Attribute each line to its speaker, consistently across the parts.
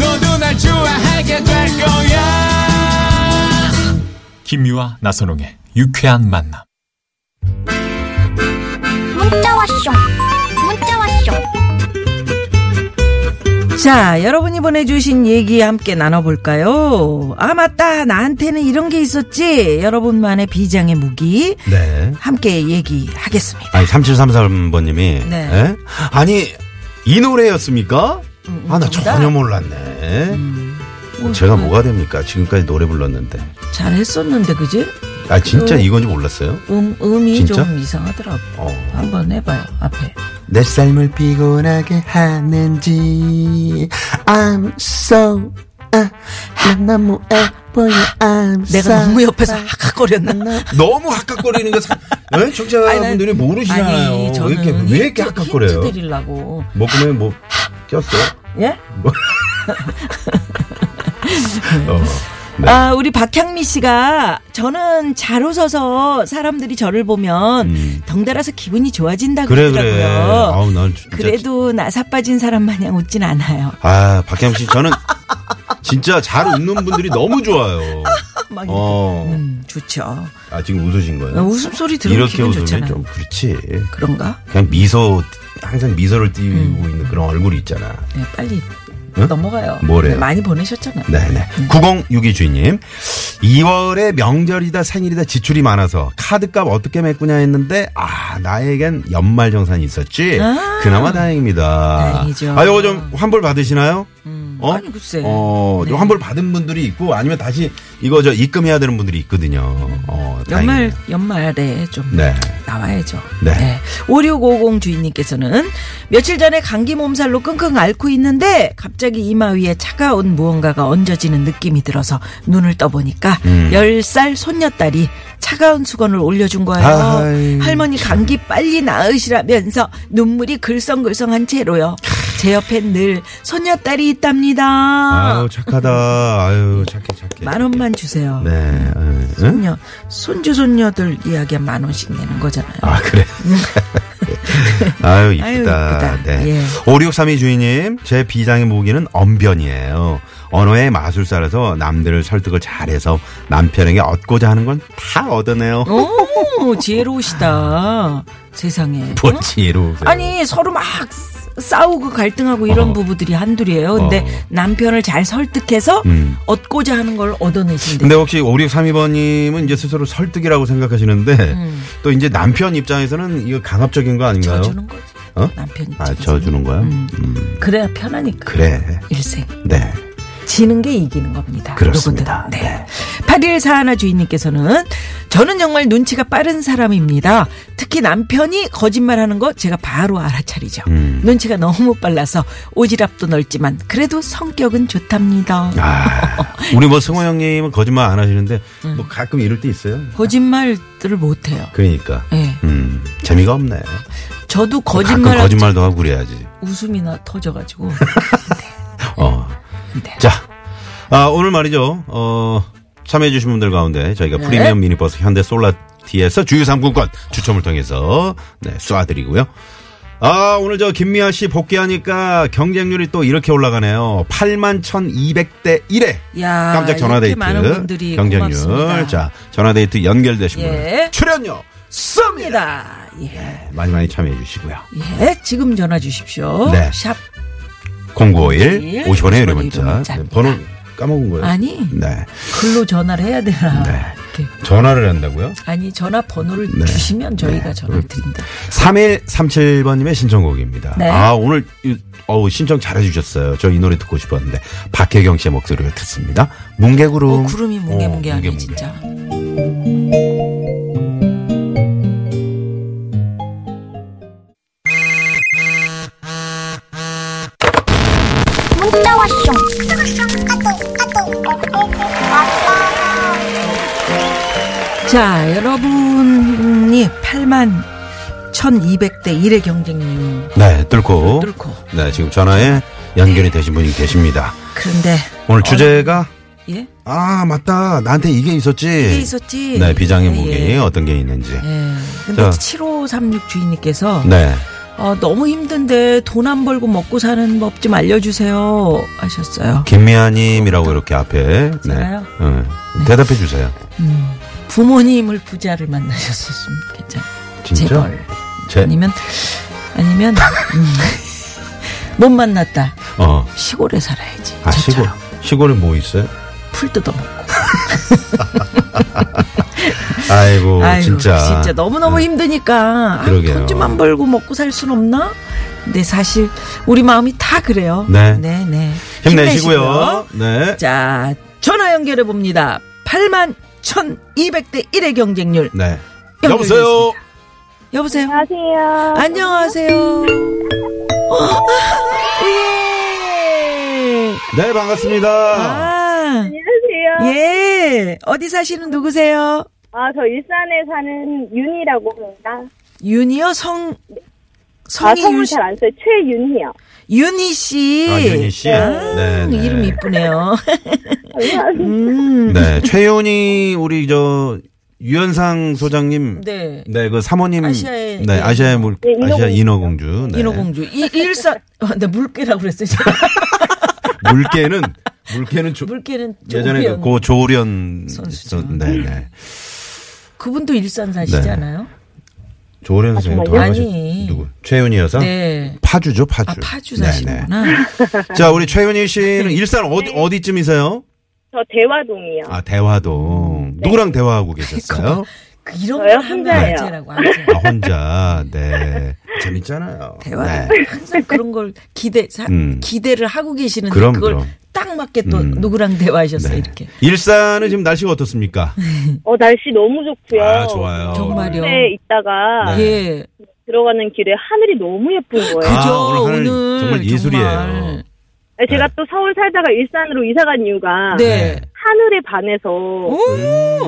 Speaker 1: 너도 날 좋아하게 될 거야
Speaker 2: 김미화 나선홍의 유쾌한 만남.
Speaker 3: 문자 왔쇼 문자 왔쇼
Speaker 4: 자, 여러분이 보내주신 얘기 함께 나눠볼까요? 아, 맞다. 나한테는 이런 게 있었지. 여러분만의 비장의 무기.
Speaker 5: 네.
Speaker 4: 함께 얘기하겠습니다.
Speaker 5: 아니, 3733번님이. 예?
Speaker 4: 네.
Speaker 5: 아니, 이 노래였습니까? 아, 나
Speaker 4: 음, 정답. 음.
Speaker 5: 전혀 몰랐네. 어, 제가 뭐가 됩니까? 지금까지 노래 불렀는데.
Speaker 4: 잘 했었는데, 그지?
Speaker 5: 아, 진짜
Speaker 4: 음.
Speaker 5: 이건지 몰랐어요?
Speaker 4: 음, 음이
Speaker 5: 진짜?
Speaker 4: 좀 이상하더라고.
Speaker 5: 어.
Speaker 4: 한번 해봐요, 앞에.
Speaker 5: 내 삶을 피곤하게 하는지. I'm so, 아, 난 너무 예뻐요. I'm
Speaker 4: 내가 너무 옆에서 하악거렸나
Speaker 5: 음, 너무 헷갈거리는 거, 사- 예? 청취자분들이 모르시잖아요. 왜 이렇게, 왜 이렇게 헷갈거려요?
Speaker 4: 힌트 드리려고.
Speaker 5: 먹으면 뭐, 꼈어요?
Speaker 4: 예?
Speaker 5: 어. 네.
Speaker 4: 아, 우리 박향미 씨가 저는 잘 웃어서 사람들이 저를 보면
Speaker 5: 음.
Speaker 4: 덩달아서 기분이 좋아진다고
Speaker 5: 그래 그래.
Speaker 4: 그러더라고요.
Speaker 5: 아우 난 진짜.
Speaker 4: 그래도 나사 빠진 사람 마냥 웃진 않아요.
Speaker 5: 아 박혜영 씨 저는 진짜 잘 웃는 분들이 너무 좋아요.
Speaker 4: 막
Speaker 5: 어.
Speaker 4: 음, 좋죠.
Speaker 5: 아 지금 웃으신
Speaker 4: 어,
Speaker 5: 거예요?
Speaker 4: 웃음소리 들으면
Speaker 5: 이렇게
Speaker 4: 기분
Speaker 5: 웃으면
Speaker 4: 좋잖아요.
Speaker 5: 좀 그렇지.
Speaker 4: 그런가?
Speaker 5: 그냥 미소 항상 미소를 띄우고
Speaker 4: 음.
Speaker 5: 있는 그런 얼굴이 있잖아.
Speaker 4: 네, 빨리
Speaker 5: 응?
Speaker 4: 넘어가요.
Speaker 5: 뭐래요?
Speaker 4: 네, 많이 보내셨잖아요.
Speaker 5: 네네.
Speaker 4: 음.
Speaker 5: 9062 주인님. 2월에 명절이다 생일이다 지출이 많아서 카드값 어떻게 메꾸냐 했는데 아 나에겐 연말정산이 있었지. 그나마 다행입니다.
Speaker 4: 아. 다행이죠. 음.
Speaker 5: 아 이거 좀 환불 받으시나요? 어?
Speaker 4: 아니, 글쎄.
Speaker 5: 어, 좀
Speaker 4: 네.
Speaker 5: 환불 받은 분들이 있고 아니면 다시 이거 저 입금해야 되는 분들이 있거든요. 어,
Speaker 4: 연말
Speaker 5: 다행이네요.
Speaker 4: 연말에 좀
Speaker 5: 네.
Speaker 4: 나와야죠.
Speaker 5: 네.
Speaker 4: 5650 주인님께서는 며칠 전에 감기 몸살로 끙끙 앓고 있는데 갑자기 이마 위에 차가운 무언가가 얹어지는 느낌이 들어서 눈을 떠보니까
Speaker 5: 음.
Speaker 4: 열 10살 손녀딸이 차가운 수건을 올려준 거예요.
Speaker 5: 아이,
Speaker 4: 할머니 감기 빨리 나으시라면서 눈물이 글썽글썽한 채로요. 제 옆엔 늘 손녀딸이 있답니다.
Speaker 5: 아유 착하다. 아유 착해 착해.
Speaker 4: 만 원만 주세요.
Speaker 5: 네. 아유, 응?
Speaker 4: 손녀, 손주 손녀들 이야기 만 원씩 내는 거잖아요.
Speaker 5: 아 그래. 아유
Speaker 4: 음. 아유,
Speaker 5: 이쁘다.
Speaker 4: 이쁘다.
Speaker 5: 네.
Speaker 4: 예.
Speaker 5: 5632 주인님, 제 비장의 무기는 언변이에요. 언어의 마술사라서 남들을 설득을 잘해서 남편에게 얻고자 하는 건 다 얻어내요.
Speaker 4: 오, 지혜로우시다. 세상에. 어?
Speaker 5: 보지로.
Speaker 4: 아니, 서로 막 싸우고 갈등하고 이런
Speaker 5: 어.
Speaker 4: 부부들이 한둘이에요. 근데
Speaker 5: 어.
Speaker 4: 남편을 잘 설득해서
Speaker 5: 음.
Speaker 4: 얻고자 하는 걸 얻어내신대.
Speaker 5: 근데 혹시 5632번님은 이제 스스로 설득이라고 생각하시는데
Speaker 4: 음.
Speaker 5: 또 이제 남편 입장에서는 이거 강압적인 거 아닌가요?
Speaker 4: 져주는 거지.
Speaker 5: 어?
Speaker 4: 남편 입장에서.
Speaker 5: 아, 져주는 거야?
Speaker 4: 음.
Speaker 5: 음.
Speaker 4: 그래야 편하니까.
Speaker 5: 그래.
Speaker 4: 일생.
Speaker 5: 네.
Speaker 4: 지는 게 이기는 겁니다.
Speaker 5: 그렇습니다.
Speaker 4: 요거는. 네. 8141 주인님께서는 저는 정말 눈치가 빠른 사람입니다. 특히 남편이 거짓말하는 거 제가 바로 알아차리죠.
Speaker 5: 음.
Speaker 4: 눈치가 너무 빨라서 오지랖도 넓지만 그래도 성격은 좋답니다.
Speaker 5: 아, 우리 뭐 승호 형님은 거짓말 안 하시는데
Speaker 4: 음.
Speaker 5: 뭐 가끔 이럴 때 있어요.
Speaker 4: 거짓말들을 못해요.
Speaker 5: 그러니까.
Speaker 4: 예.
Speaker 5: 음, 재미가 없네.
Speaker 4: 저도
Speaker 5: 가끔
Speaker 4: 거짓말
Speaker 5: 거짓말도 하고 그래야지.
Speaker 4: 웃음이 나 터져가지고.
Speaker 5: 어.
Speaker 4: 네.
Speaker 5: 자, 아, 오늘 말이죠. 어, 참여해주신 분들 가운데 저희가
Speaker 4: 네.
Speaker 5: 프리미엄 미니버스 현대 솔라티에서 주유 상품권 추첨을 통해서 네, 쏴드리고요. 아, 오늘 저 김미아 씨 복귀하니까 경쟁률이 또 이렇게 올라가네요. 8만 1,200대 1에
Speaker 4: 야,
Speaker 5: 깜짝 전화데이트
Speaker 4: 아, 이렇게 많은 분들이
Speaker 5: 경쟁률.
Speaker 4: 고맙습니다.
Speaker 5: 자, 전화데이트 연결되신
Speaker 4: 예.
Speaker 5: 분 출연료 쏩니다.
Speaker 4: 입니다. 예.
Speaker 5: 많이 많이 참여해 주시고요.
Speaker 4: 예. 지금 전화 주십시오.
Speaker 5: 네.
Speaker 4: 샵
Speaker 5: 0951 50원의 유료
Speaker 4: 50원의
Speaker 5: 문자.
Speaker 4: 네. 문자.
Speaker 5: 네, 번호 까먹은 거예요.
Speaker 4: 아니
Speaker 5: 네.
Speaker 4: 글로 전화를 해야 되나?
Speaker 5: 네.
Speaker 4: 이렇게.
Speaker 5: 전화를 한다고요?
Speaker 4: 아니 전화 번호를
Speaker 5: 네.
Speaker 4: 주시면 저희가 전화를 드린다.
Speaker 5: 3137번님의 신청곡입니다.
Speaker 4: 네.
Speaker 5: 아, 오늘, 이- 어우, 신청 잘해주셨어요. 저 이 노래 듣고 싶었는데. 박혜경 씨의 목소리를 듣습니다. 뭉개구름.
Speaker 4: 어, 구름이 뭉게뭉게하네
Speaker 5: 뭉게뭉게.
Speaker 4: 진짜.
Speaker 3: 문자 왔쇼 문자 왔쇼
Speaker 4: 자, 여러분이 8만 1200대 1의 경쟁률
Speaker 5: 네, 뚫고.
Speaker 4: 뚫고.
Speaker 5: 네, 지금 전화에 연결이 되신 분이 계십니다.
Speaker 4: 그런데
Speaker 5: 오늘 주제가
Speaker 4: 예?
Speaker 5: 아, 맞다. 나한테 이게 있었지.
Speaker 4: 이게 있었지.
Speaker 5: 네, 비장의
Speaker 4: 예,
Speaker 5: 무기
Speaker 4: 예.
Speaker 5: 어떤 게 있는지.
Speaker 4: 예. 근데
Speaker 5: 자.
Speaker 4: 7536 주인님께서
Speaker 5: 네.
Speaker 4: 어, 너무 힘든데 돈 안 벌고 먹고 사는 법 좀 알려주세요 하셨어요.
Speaker 5: 김미아님이라고 이렇게 앞에 네.
Speaker 4: 제가요?
Speaker 5: 응. 대답해 주세요.
Speaker 4: 부모님을 부자를 만나셨었으면 괜찮아요.
Speaker 5: 진짜?
Speaker 4: 재벌.
Speaker 5: 제-
Speaker 4: 아니면 아니면 음, 못 만났다.
Speaker 5: 어.
Speaker 4: 시골에 살아야지.
Speaker 5: 아 시골
Speaker 4: 저처럼
Speaker 5: 시골에 뭐 있어요?
Speaker 4: 풀 뜯어 먹고.
Speaker 5: 아이고, 진짜. 네.
Speaker 4: 너무 너무 힘드니까
Speaker 5: 그러게요.
Speaker 4: 돈 좀 안 벌고 먹고 살 순 없나? 근데 사실 우리 마음이 다 그래요.
Speaker 5: 네.
Speaker 4: 네, 네.
Speaker 5: 힘내시고요. 네.
Speaker 4: 자, 전화 연결해 봅니다. 8만 1200대 1의 경쟁률.
Speaker 5: 네.
Speaker 4: 연결돼
Speaker 5: 여보세요.
Speaker 4: 여보세요.
Speaker 6: 안녕하세요.
Speaker 4: 안녕하세요. 어, 아, 예.
Speaker 5: 네, 반갑습니다.
Speaker 4: 아,
Speaker 6: 안녕하세요.
Speaker 4: 예. 어디 사시는 누구세요?
Speaker 6: 아, 저 일산에 사는 윤이라고 합니다.
Speaker 4: 윤이요? 성,
Speaker 6: 아,
Speaker 4: 성이 윤
Speaker 6: 성을
Speaker 4: 씨.
Speaker 6: 잘 안 써요. 최윤희요.
Speaker 4: 윤희 씨.
Speaker 5: 아, 윤희 씨. 네, 네.
Speaker 4: 이름 이쁘네요.
Speaker 6: 감사합니다.
Speaker 5: 네, 최윤이 우리 저 유현상 소장님
Speaker 4: 네.
Speaker 5: 네, 그 사모님
Speaker 4: 아시아의-
Speaker 5: 네,
Speaker 4: 예.
Speaker 5: 아시아의 물
Speaker 6: 예, 인어공주.
Speaker 5: 아시아 인어공주. 네.
Speaker 4: 인어공주. 이, 일산, 아, 나 물개라고 그랬어요.
Speaker 5: 물개는 물개는 조,
Speaker 4: 물개는
Speaker 5: 예전에 그
Speaker 4: 조우현.
Speaker 5: 고 조련
Speaker 4: 선수죠.
Speaker 5: 네, 네.
Speaker 4: 그분도 일산 사시잖아요.
Speaker 5: 조련 선생님
Speaker 6: 정말요?
Speaker 5: 돌아가신
Speaker 4: 아니.
Speaker 5: 누구? 최윤희 여사?
Speaker 4: 네.
Speaker 5: 파주죠, 어? 파주.
Speaker 4: 아, 파주
Speaker 5: 네,
Speaker 4: 사시는구나.
Speaker 5: 네. 자, 우리 최윤희 씨는 일산 어디 어디쯤이세요?
Speaker 6: 저 대화동이요.
Speaker 5: 아,
Speaker 4: 네.
Speaker 5: 대화동. 누구랑 대화하고 계셨어요?
Speaker 4: 그 이런
Speaker 6: 저요?
Speaker 4: 걸
Speaker 5: 네.
Speaker 4: 하면
Speaker 6: 혼자예요.
Speaker 4: 안재라고, 안재.
Speaker 5: 아, 혼자. 네. 재밌잖아요.
Speaker 4: 대화
Speaker 5: 네.
Speaker 4: 항상 그런 걸 기대 사-
Speaker 5: 음.
Speaker 4: 기대를 하고 계시는데
Speaker 5: 그럼,
Speaker 4: 그걸
Speaker 5: 그럼.
Speaker 4: 딱 맞게 또
Speaker 5: 음.
Speaker 4: 누구랑 대화하셨어요
Speaker 5: 네.
Speaker 4: 이렇게
Speaker 5: 일산은 지금 날씨가 어떻습니까?
Speaker 4: 네.
Speaker 6: 어, 날씨 너무 좋고요.
Speaker 5: 아, 좋아요.
Speaker 4: 정말요.
Speaker 6: 에 있다가
Speaker 5: 네.
Speaker 4: 예
Speaker 6: 들어가는 길에 하늘이 너무 예쁜 거예요.
Speaker 5: 아,
Speaker 4: 그죠
Speaker 5: 오늘
Speaker 4: 오늘,
Speaker 5: 하늘 정말 예술이에요.
Speaker 4: 정말.
Speaker 6: 아니, 제가 또 서울 살다가 일산으로 이사 간 이유가
Speaker 4: 네.
Speaker 5: 어.
Speaker 6: 하늘에 반해서
Speaker 4: 오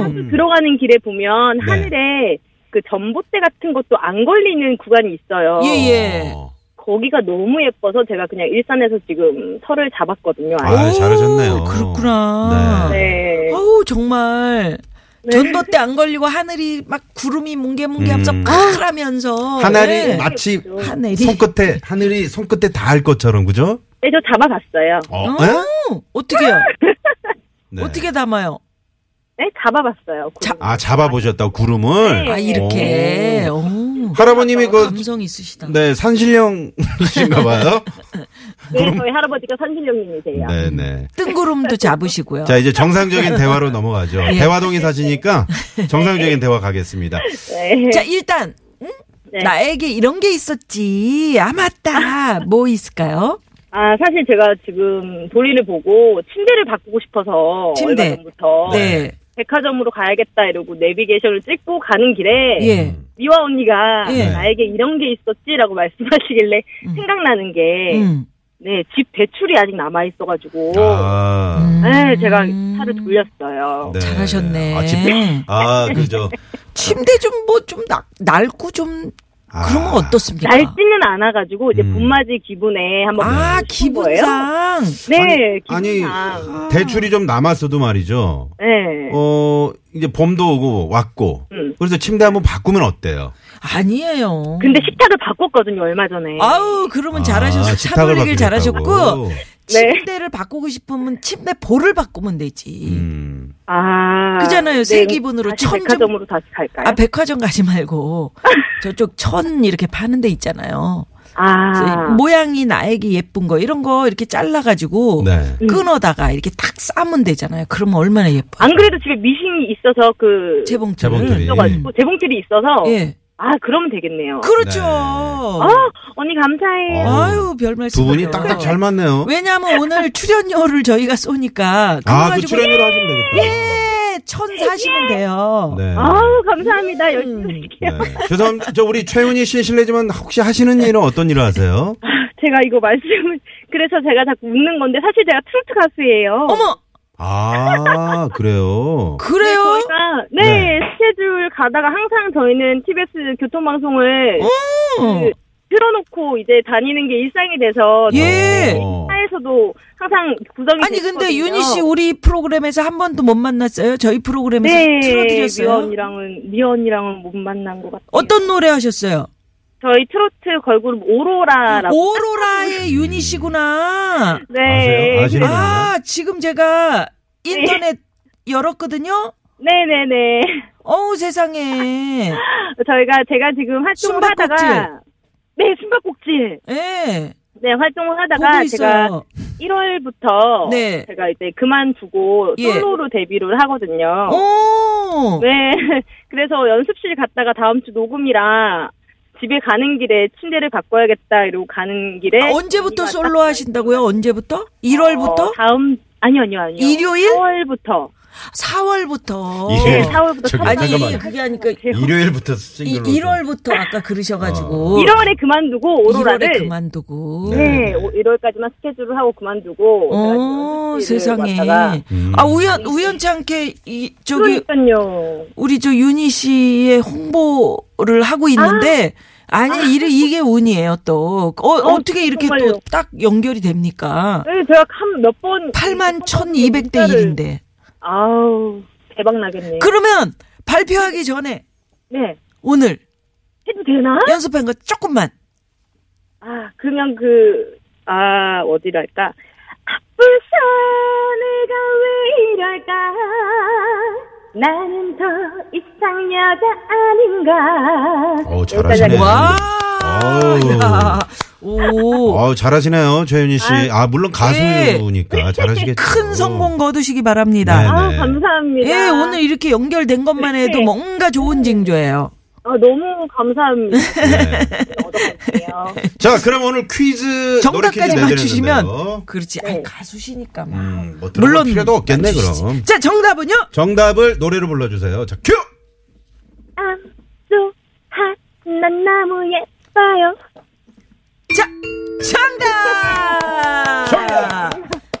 Speaker 5: 음.
Speaker 6: 들어가는 길에 보면
Speaker 5: 네.
Speaker 6: 하늘에 그 전봇대 같은 것도 안 걸리는 구간이 있어요.
Speaker 4: 예예
Speaker 5: 어.
Speaker 6: 거기가 너무 예뻐서 제가 그냥 일산에서 지금 터를 잡았거든요. 아예.
Speaker 5: 아, 잘하셨네요.
Speaker 4: 그렇구나.
Speaker 5: 네.
Speaker 6: 네.
Speaker 4: 어우 정말
Speaker 6: 네.
Speaker 4: 전봇대 안 걸리고 하늘이 막 구름이 뭉게뭉게하면서
Speaker 5: 음.
Speaker 4: 파라면서
Speaker 5: 하늘이
Speaker 4: 네.
Speaker 5: 마치
Speaker 4: 하늘이
Speaker 5: 손끝에 하늘이 손끝에 닿을 것처럼 그죠?
Speaker 6: 네, 저 잡아봤어요.
Speaker 5: 어.
Speaker 4: 어?
Speaker 5: 네?
Speaker 4: 어떻게요
Speaker 5: 네.
Speaker 4: 어떻게 담아요
Speaker 6: 네, 잡아봤어요. 구름.
Speaker 5: 아 잡아보셨다 구름을.
Speaker 6: 네.
Speaker 4: 아 이렇게 오.
Speaker 5: 할아버님이 그-
Speaker 4: 감성 있으시다
Speaker 5: 네 산신령이신가봐요.
Speaker 6: 네, 저희 할아버지가 산신령님이세요.
Speaker 5: 네네.
Speaker 4: 뜬구름도 잡으시고요
Speaker 5: 자 이제 정상적인 대화로 넘어가죠.
Speaker 4: 예.
Speaker 5: 대화동에 사시니까 정상적인 대화 가겠습니다.
Speaker 6: 네.
Speaker 4: 자 일단 응?
Speaker 6: 네.
Speaker 4: 나에게 이런 게 있었지 아 맞다 뭐 있을까요?
Speaker 6: 아, 사실 제가 지금 도리를 보고 침대를 바꾸고 싶어서
Speaker 4: 침대.
Speaker 6: 얼마 전부터
Speaker 4: 네,
Speaker 6: 백화점으로 가야겠다 이러고 내비게이션을 찍고 가는 길에
Speaker 4: 예,
Speaker 6: 미화 언니가
Speaker 4: 예.
Speaker 6: 나에게 이런 게 있었지라고 말씀하시길래 생각나는 게
Speaker 4: 음.
Speaker 6: 네, 집 대출이 아직 남아 있어가지고
Speaker 5: 아,
Speaker 6: 네, 제가 차를 돌렸어요.
Speaker 5: 네.
Speaker 4: 잘하셨네.
Speaker 5: 아, 집, 아 그죠.
Speaker 4: 침대 좀 뭐 좀 낡고 좀
Speaker 5: 아.
Speaker 4: 그러면 어떻습니까?
Speaker 6: 날지는 뭐. 네. 않아가지고 이제
Speaker 5: 음.
Speaker 6: 봄맞이 기분에 한번
Speaker 4: 아
Speaker 6: 가보고 싶은 거예요.
Speaker 4: 기분상
Speaker 6: 네,
Speaker 5: 아니
Speaker 6: 기분상.
Speaker 5: 대출이 좀 남았어도 말이죠.
Speaker 6: 네.
Speaker 5: 어 이제 봄도 오고 왔고
Speaker 6: 음.
Speaker 5: 그래서 침대 한번 바꾸면 어때요?
Speaker 4: 아니에요.
Speaker 6: 근데 식탁을 바꿨거든요 얼마 전에.
Speaker 4: 아우 그러면 잘하셨어.
Speaker 5: 아,
Speaker 4: 차
Speaker 5: 식탁을
Speaker 4: 돌리길 잘하셨고
Speaker 5: 바꾸겠다고.
Speaker 6: 네.
Speaker 4: 침대를 바꾸고 싶으면 침대 볼을 바꾸면 되지.
Speaker 5: 음.
Speaker 6: 아,
Speaker 4: 그잖아요, 새 기분으로
Speaker 6: 다시
Speaker 4: 천정-
Speaker 6: 백화점으로 다시 갈까요?
Speaker 4: 아 백화점 가지 말고 저쪽 천 이렇게 파는 데 있잖아요.
Speaker 6: 아,
Speaker 4: 모양이 나에게 예쁜 거 이런 거 이렇게 잘라가지고
Speaker 5: 네.
Speaker 6: 음.
Speaker 4: 끊어다가 이렇게 딱 싸면 되잖아요. 그러면 얼마나 예뻐.
Speaker 6: 안 그래도 집에 미싱이 있어서 그
Speaker 4: 재봉틀.
Speaker 5: 재봉틀이.
Speaker 6: 있어가지고 재봉틀이 있어서
Speaker 4: 예.
Speaker 6: 아 그러면 되겠네요.
Speaker 4: 그렇죠.
Speaker 5: 네.
Speaker 6: 아 언니 감사해요.
Speaker 5: 어.
Speaker 4: 아유 별말씀.
Speaker 5: 두 분이 딱딱 잘 맞네요.
Speaker 4: 왜냐하면 오늘 출연료를 저희가 쏘니까 그거
Speaker 5: 아, 그
Speaker 4: 가지고
Speaker 5: 출연료로 하시면 되겠다.
Speaker 4: 예, 천 사시면 돼요.
Speaker 5: 네.
Speaker 6: 아우 감사합니다
Speaker 4: 음.
Speaker 6: 열심히 할게요.
Speaker 5: 네. 죄송합니다. 저 우리 최윤희 씨 실례지만 혹시 하시는 일은 어떤 일을 하세요?
Speaker 6: 제가 이거 말씀을 그래서 제가 자꾸 웃는 건데 사실 제가 트로트 가수예요.
Speaker 4: 어머
Speaker 5: 아, 그래요.
Speaker 4: 그래요?
Speaker 6: 저희가 네,
Speaker 5: 네.
Speaker 6: 스케줄 가다가 항상 저희는 TBS 교통방송을 네,
Speaker 4: 어.
Speaker 6: 틀어놓고 이제 다니는 게 일상이 돼서
Speaker 4: 예.
Speaker 5: 어.
Speaker 6: 차에서도 항상 구성이
Speaker 4: 아니 근데
Speaker 6: 됐거든요.
Speaker 4: 윤희 씨 우리 프로그램에서 한 번도 못 만났어요. 저희 프로그램에서
Speaker 6: 네, 미어
Speaker 4: 틀어드렸어요.
Speaker 6: 언니랑은 미어 언니랑은 못 만난 것 같아요.
Speaker 4: 어떤 노래 하셨어요?
Speaker 6: 저희 트로트 걸그룹 오로라라고.
Speaker 4: 오로라의 윤희 씨구나.
Speaker 6: 네.
Speaker 5: 아세요? 아시는
Speaker 4: 아 지금 제가 인터넷 열었거든요.
Speaker 6: 네네네.
Speaker 4: 어우 세상에.
Speaker 6: 저희가 제가 지금 활동을
Speaker 4: 숨바꼭질.
Speaker 6: 하다가 네 숨바꼭질
Speaker 4: 예.
Speaker 6: 네 활동을 하다가
Speaker 4: 보고
Speaker 6: 제가
Speaker 4: 있어요.
Speaker 6: 1월부터
Speaker 4: 네.
Speaker 6: 제가 이제 그만두고
Speaker 4: 예.
Speaker 6: 솔로로 데뷔를 하거든요.
Speaker 4: 오.
Speaker 6: 어. 네. 그래서 연습실 갔다가 다음 주 녹음이라 집에 가는 길에 침대를 바꿔야겠다 이러고 가는 길에
Speaker 4: 아, 언제부터
Speaker 6: 언니가
Speaker 4: 솔로
Speaker 6: 딱
Speaker 4: 하신다고요? 언제부터?
Speaker 6: 네. 어,
Speaker 4: 1월부터?
Speaker 6: 다음 아니요 아니요 아니요.
Speaker 4: 일요일?
Speaker 6: 4월부터.
Speaker 4: 4월부터.
Speaker 5: 예.
Speaker 6: 네, 4월부터.
Speaker 5: 저기
Speaker 4: 아니
Speaker 5: 잠깐만.
Speaker 4: 그게 아니까
Speaker 5: 일요일부터 어.
Speaker 4: 이,
Speaker 5: 싱글로.
Speaker 4: 1월부터 아까 그러셔가지고
Speaker 6: 1월에 그만두고 오로라를
Speaker 4: 1월에 그만두고.
Speaker 5: 네.
Speaker 6: 네, 1월까지만 스케줄을 하고 그만두고
Speaker 4: 어 세상에.
Speaker 5: 음.
Speaker 4: 아 우연 우연치 않게 이 저기
Speaker 6: 그러니까요.
Speaker 4: 우리 저 윤희 씨의 홍보를 하고 있는데 아. 니 이래 이게 운이에요 또 어, 어, 떻게 이렇게
Speaker 6: 정말요.
Speaker 4: 또 딱 연결이 됩니까?
Speaker 6: 네, 어, 제가 한 몇 번
Speaker 4: 8만 1,200대 1인데
Speaker 6: 아우 대박 나겠네.
Speaker 4: 그러면 발표하기 전에
Speaker 6: 네
Speaker 4: 오늘
Speaker 6: 해도 되나?
Speaker 4: 연습한 거 조금만
Speaker 6: 아 그냥 그 아 어디랄까 아프셔 내가 왜 이럴까 나는 더 이상 여자 아닌가.
Speaker 5: 어, 잘하시네.
Speaker 4: 와.
Speaker 5: 아우.
Speaker 4: 야. 오.
Speaker 5: 어, 잘하시네요, 최윤희 씨. 아, 물론 가수니까 잘하시겠죠.
Speaker 4: 네. 큰 성공 거두시기 바랍니다.
Speaker 6: 아
Speaker 5: 예. 네.
Speaker 6: 감사합니다.
Speaker 4: 예, 오늘 이렇게 연결된 것만 해도
Speaker 6: 네.
Speaker 4: 뭔가 좋은 징조예요.
Speaker 6: 아, 너무 감사합니다.
Speaker 5: 네.
Speaker 6: 얻어갈게요.
Speaker 5: 자, 그럼 오늘 퀴즈 노래 퀴즈
Speaker 4: 정답까지
Speaker 5: 내드렸는데요.
Speaker 4: 맞추시면 그렇지.
Speaker 6: 네.
Speaker 4: 아이, 가수시니까 뭐.
Speaker 5: 음, 뭐 물론 필요도 없겠네
Speaker 4: 맞추시지.
Speaker 5: 그럼.
Speaker 4: 자, 정답은요?
Speaker 5: 정답을 노래로 불러주세요. 자, 큐.
Speaker 6: I'm so hot. 난 너무 예뻐요.
Speaker 4: 자, 정답!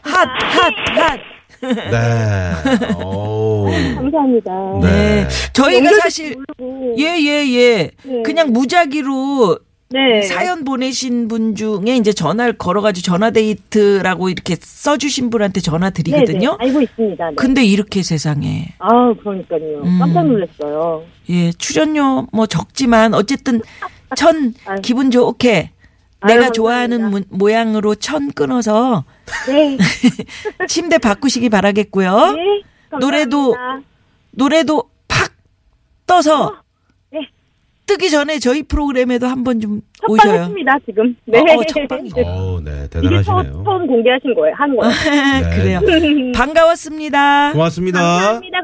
Speaker 4: 핫, 핫, 핫.
Speaker 5: 네. 오.
Speaker 6: 감사합니다.
Speaker 4: 네.
Speaker 5: 네.
Speaker 4: 저희가
Speaker 6: 연결도
Speaker 4: 사실,
Speaker 6: 모르고.
Speaker 4: 예, 예, 예.
Speaker 6: 네.
Speaker 4: 그냥 무작위로
Speaker 6: 네.
Speaker 4: 사연 보내신 분 중에 이제 전화를 걸어가지고 전화데이트라고 이렇게 써주신 분한테 전화 드리거든요.
Speaker 6: 네, 네. 알고 있습니다. 네.
Speaker 4: 근데 음. 이렇게 세상에.
Speaker 6: 아, 그러니까요. 깜짝 놀랐어요.
Speaker 4: 예, 출연료 뭐 적지만 어쨌든 천
Speaker 6: 아유.
Speaker 4: 기분 좋게
Speaker 6: 아유,
Speaker 4: 내가
Speaker 6: 감사합니다.
Speaker 4: 좋아하는 문- 모양으로 천 끊어서
Speaker 6: 네.
Speaker 4: 침대 바꾸시기 바라겠고요.
Speaker 6: 네. 감사합니다.
Speaker 4: 어? 노래도 노래도 팍 떠서
Speaker 6: 네.
Speaker 4: 뜨기 전에 저희 프로그램에도 한번 좀
Speaker 6: 첫방
Speaker 4: 오셔요.
Speaker 6: 했습니다, 지금. 네.
Speaker 4: 어, 어, 첫 방이요.
Speaker 5: 오, 네.
Speaker 6: 이게 처음,
Speaker 5: 대단하시네요.
Speaker 6: 처음 공개하신 거예요, 한 거예요.
Speaker 5: 네.
Speaker 4: 그래요. 반가웠습니다. 아.
Speaker 5: 고맙습니다.
Speaker 6: 감사합니다.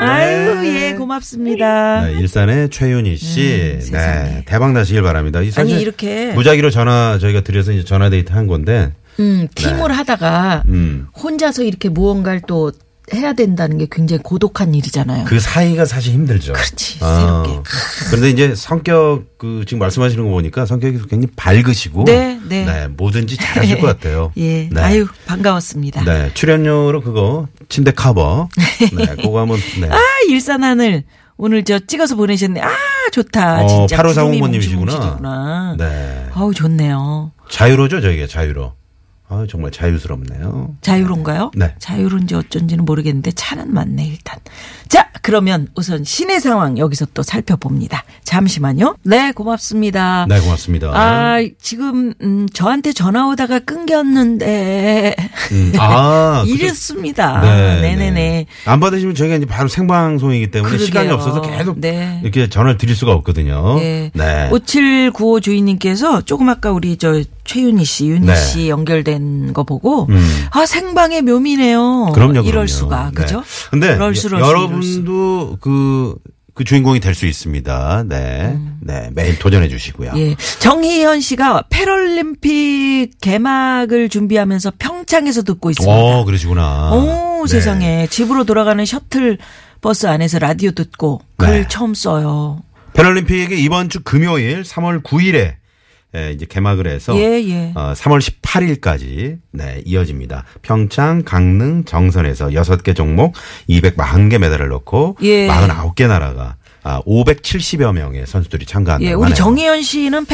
Speaker 6: 건강하세요.
Speaker 4: 아유,
Speaker 5: 네.
Speaker 4: 예, 고맙습니다.
Speaker 5: 네, 일산의 최윤희 씨. 네. 대박 나시길 바랍니다. 이 사실
Speaker 4: 음, 아니, 이렇게.
Speaker 5: 무작위로 전화 저희가 드려서 이제 전화 데이트 한 건데.
Speaker 4: 음, 팀을 하다가
Speaker 5: 네. 음.
Speaker 4: 혼자서 이렇게 무언가를 또 해야 된다는 게 굉장히 고독한 일이잖아요.
Speaker 5: 그 사이가 사실 힘들죠.
Speaker 4: 그렇지,
Speaker 5: 아.
Speaker 4: 새롭게.
Speaker 5: 그런데 이제 성격 그 지금 말씀하시는 거 보니까 성격이 굉장히 밝으시고
Speaker 4: 네, 네.
Speaker 5: 뭐든지 잘하실 것 같아요.
Speaker 4: 예.
Speaker 5: 네.
Speaker 4: 아유, 반가웠습니다. 아,
Speaker 5: 네, 출연료로 그거 침대 커버. 네, 그거 한번 네.
Speaker 4: 아, 일산하늘. 오늘 저 찍어서 보내셨네. 아, 좋다.
Speaker 5: 어,
Speaker 4: 진짜.
Speaker 5: 8540
Speaker 4: 구름이
Speaker 5: 님이시구나.
Speaker 4: 뭉치뭉치구나.
Speaker 5: 네.
Speaker 4: 어우, 좋네요.
Speaker 5: 자유로죠, 저희가 자유로. 아, 정말 자유스럽네요.
Speaker 4: 자유로운가요?
Speaker 5: 네.
Speaker 4: 자유로운지 어쩐지는 모르겠는데 차는 많네, 일단. 자, 그러면 우선 시내 상황 여기서 또 살펴봅니다. 잠시만요. 네, 고맙습니다.
Speaker 5: 네, 고맙습니다.
Speaker 4: 아, 지금, 음, 저한테 전화 오다가 끊겼는데.
Speaker 5: 음, 아, 그죠.
Speaker 4: 이랬습니다.
Speaker 5: 네,
Speaker 4: 그렇죠. 네, 네, 네.
Speaker 5: 안 받으시면 저희가 이제 바로 생방송이기 때문에
Speaker 4: 그러게요.
Speaker 5: 시간이 없어서 계속
Speaker 4: 네.
Speaker 5: 이렇게 전화를 드릴 수가 없거든요.
Speaker 4: 예.
Speaker 5: 네.
Speaker 4: 5795 주인님께서 조금 아까 우리 저 최윤희 씨, 윤희
Speaker 5: 네.
Speaker 4: 씨 연결된 거 보고
Speaker 5: 음.
Speaker 4: 아 생방의 묘미네요.
Speaker 5: 그럼요, 그럼요.
Speaker 4: 이럴 수가 그죠?
Speaker 5: 네. 근데
Speaker 4: 럴수,
Speaker 5: 여-
Speaker 4: 럴수, 럴수.
Speaker 5: 여러분도 그, 그 주인공이 될 수 있습니다. 네. 네. 매일 도전해 주시고요.
Speaker 4: 음. 예. 정희현 씨가 패럴림픽 개막을 준비하면서 평창에서 듣고 있습니다.
Speaker 5: 오, 어, 그러시구나.
Speaker 4: 오,
Speaker 5: 네.
Speaker 4: 세상에. 집으로 돌아가는 셔틀 버스 안에서 라디오 듣고 글
Speaker 5: 네.
Speaker 4: 처음 써요.
Speaker 5: 패럴림픽이 이번 주 금요일 3월 9일에 예, 이제 개막을 해서
Speaker 4: 예, 예.
Speaker 5: 어, 3월 18일까지 네, 이어집니다. 평창, 강릉, 정선에서 6개 종목 241개 메달을 넣고
Speaker 4: 예.
Speaker 5: 49개 나라가 아, 570여 명의 선수들이 참가한다고
Speaker 4: 예, 우리
Speaker 5: 하네요.
Speaker 4: 정혜연 씨는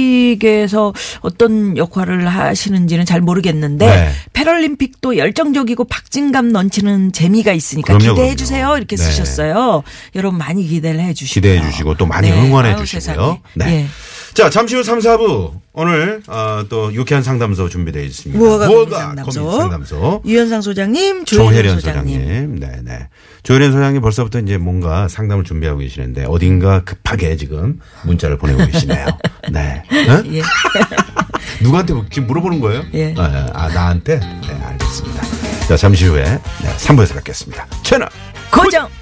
Speaker 4: 패럴림픽에서 어떤 역할을 하시는지는 잘 모르겠는데
Speaker 5: 네.
Speaker 4: 패럴림픽도 열정적이고 박진감 넘치는 재미가 있으니까
Speaker 5: 그럼요,
Speaker 4: 기대해
Speaker 5: 그럼요.
Speaker 4: 주세요. 이렇게
Speaker 5: 네.
Speaker 4: 쓰셨어요. 여러분 많이 기대를 해 네. 주시고
Speaker 5: 기대해 주시고 또 많이 응원해 주시고요.
Speaker 4: 네.
Speaker 5: 네. 자, 잠시 후 3, 4부 오늘 어, 또 유쾌한 상담소 준비되어 있습니다.
Speaker 4: 무허가
Speaker 5: 고민
Speaker 4: 고민상담소.
Speaker 5: 상담소.
Speaker 4: 유현상 소장님,
Speaker 5: 조혜련
Speaker 4: 조혜련
Speaker 5: 소장님.
Speaker 4: 소장님.
Speaker 5: 네, 네. 조혜련 소장님 벌써부터 이제 뭔가 상담을 준비하고 계시는데 어딘가 급하게 지금 문자를 보내고 계시네요. 네. 응?
Speaker 4: 예.
Speaker 5: 누구한테 뭐 지금 물어보는 거예요?
Speaker 4: 예.
Speaker 5: 아, 아, 아, 나한테? 네, 알겠습니다. 자, 잠시 후에 네, 3부에서 뵙겠습니다. 채널
Speaker 4: 고정.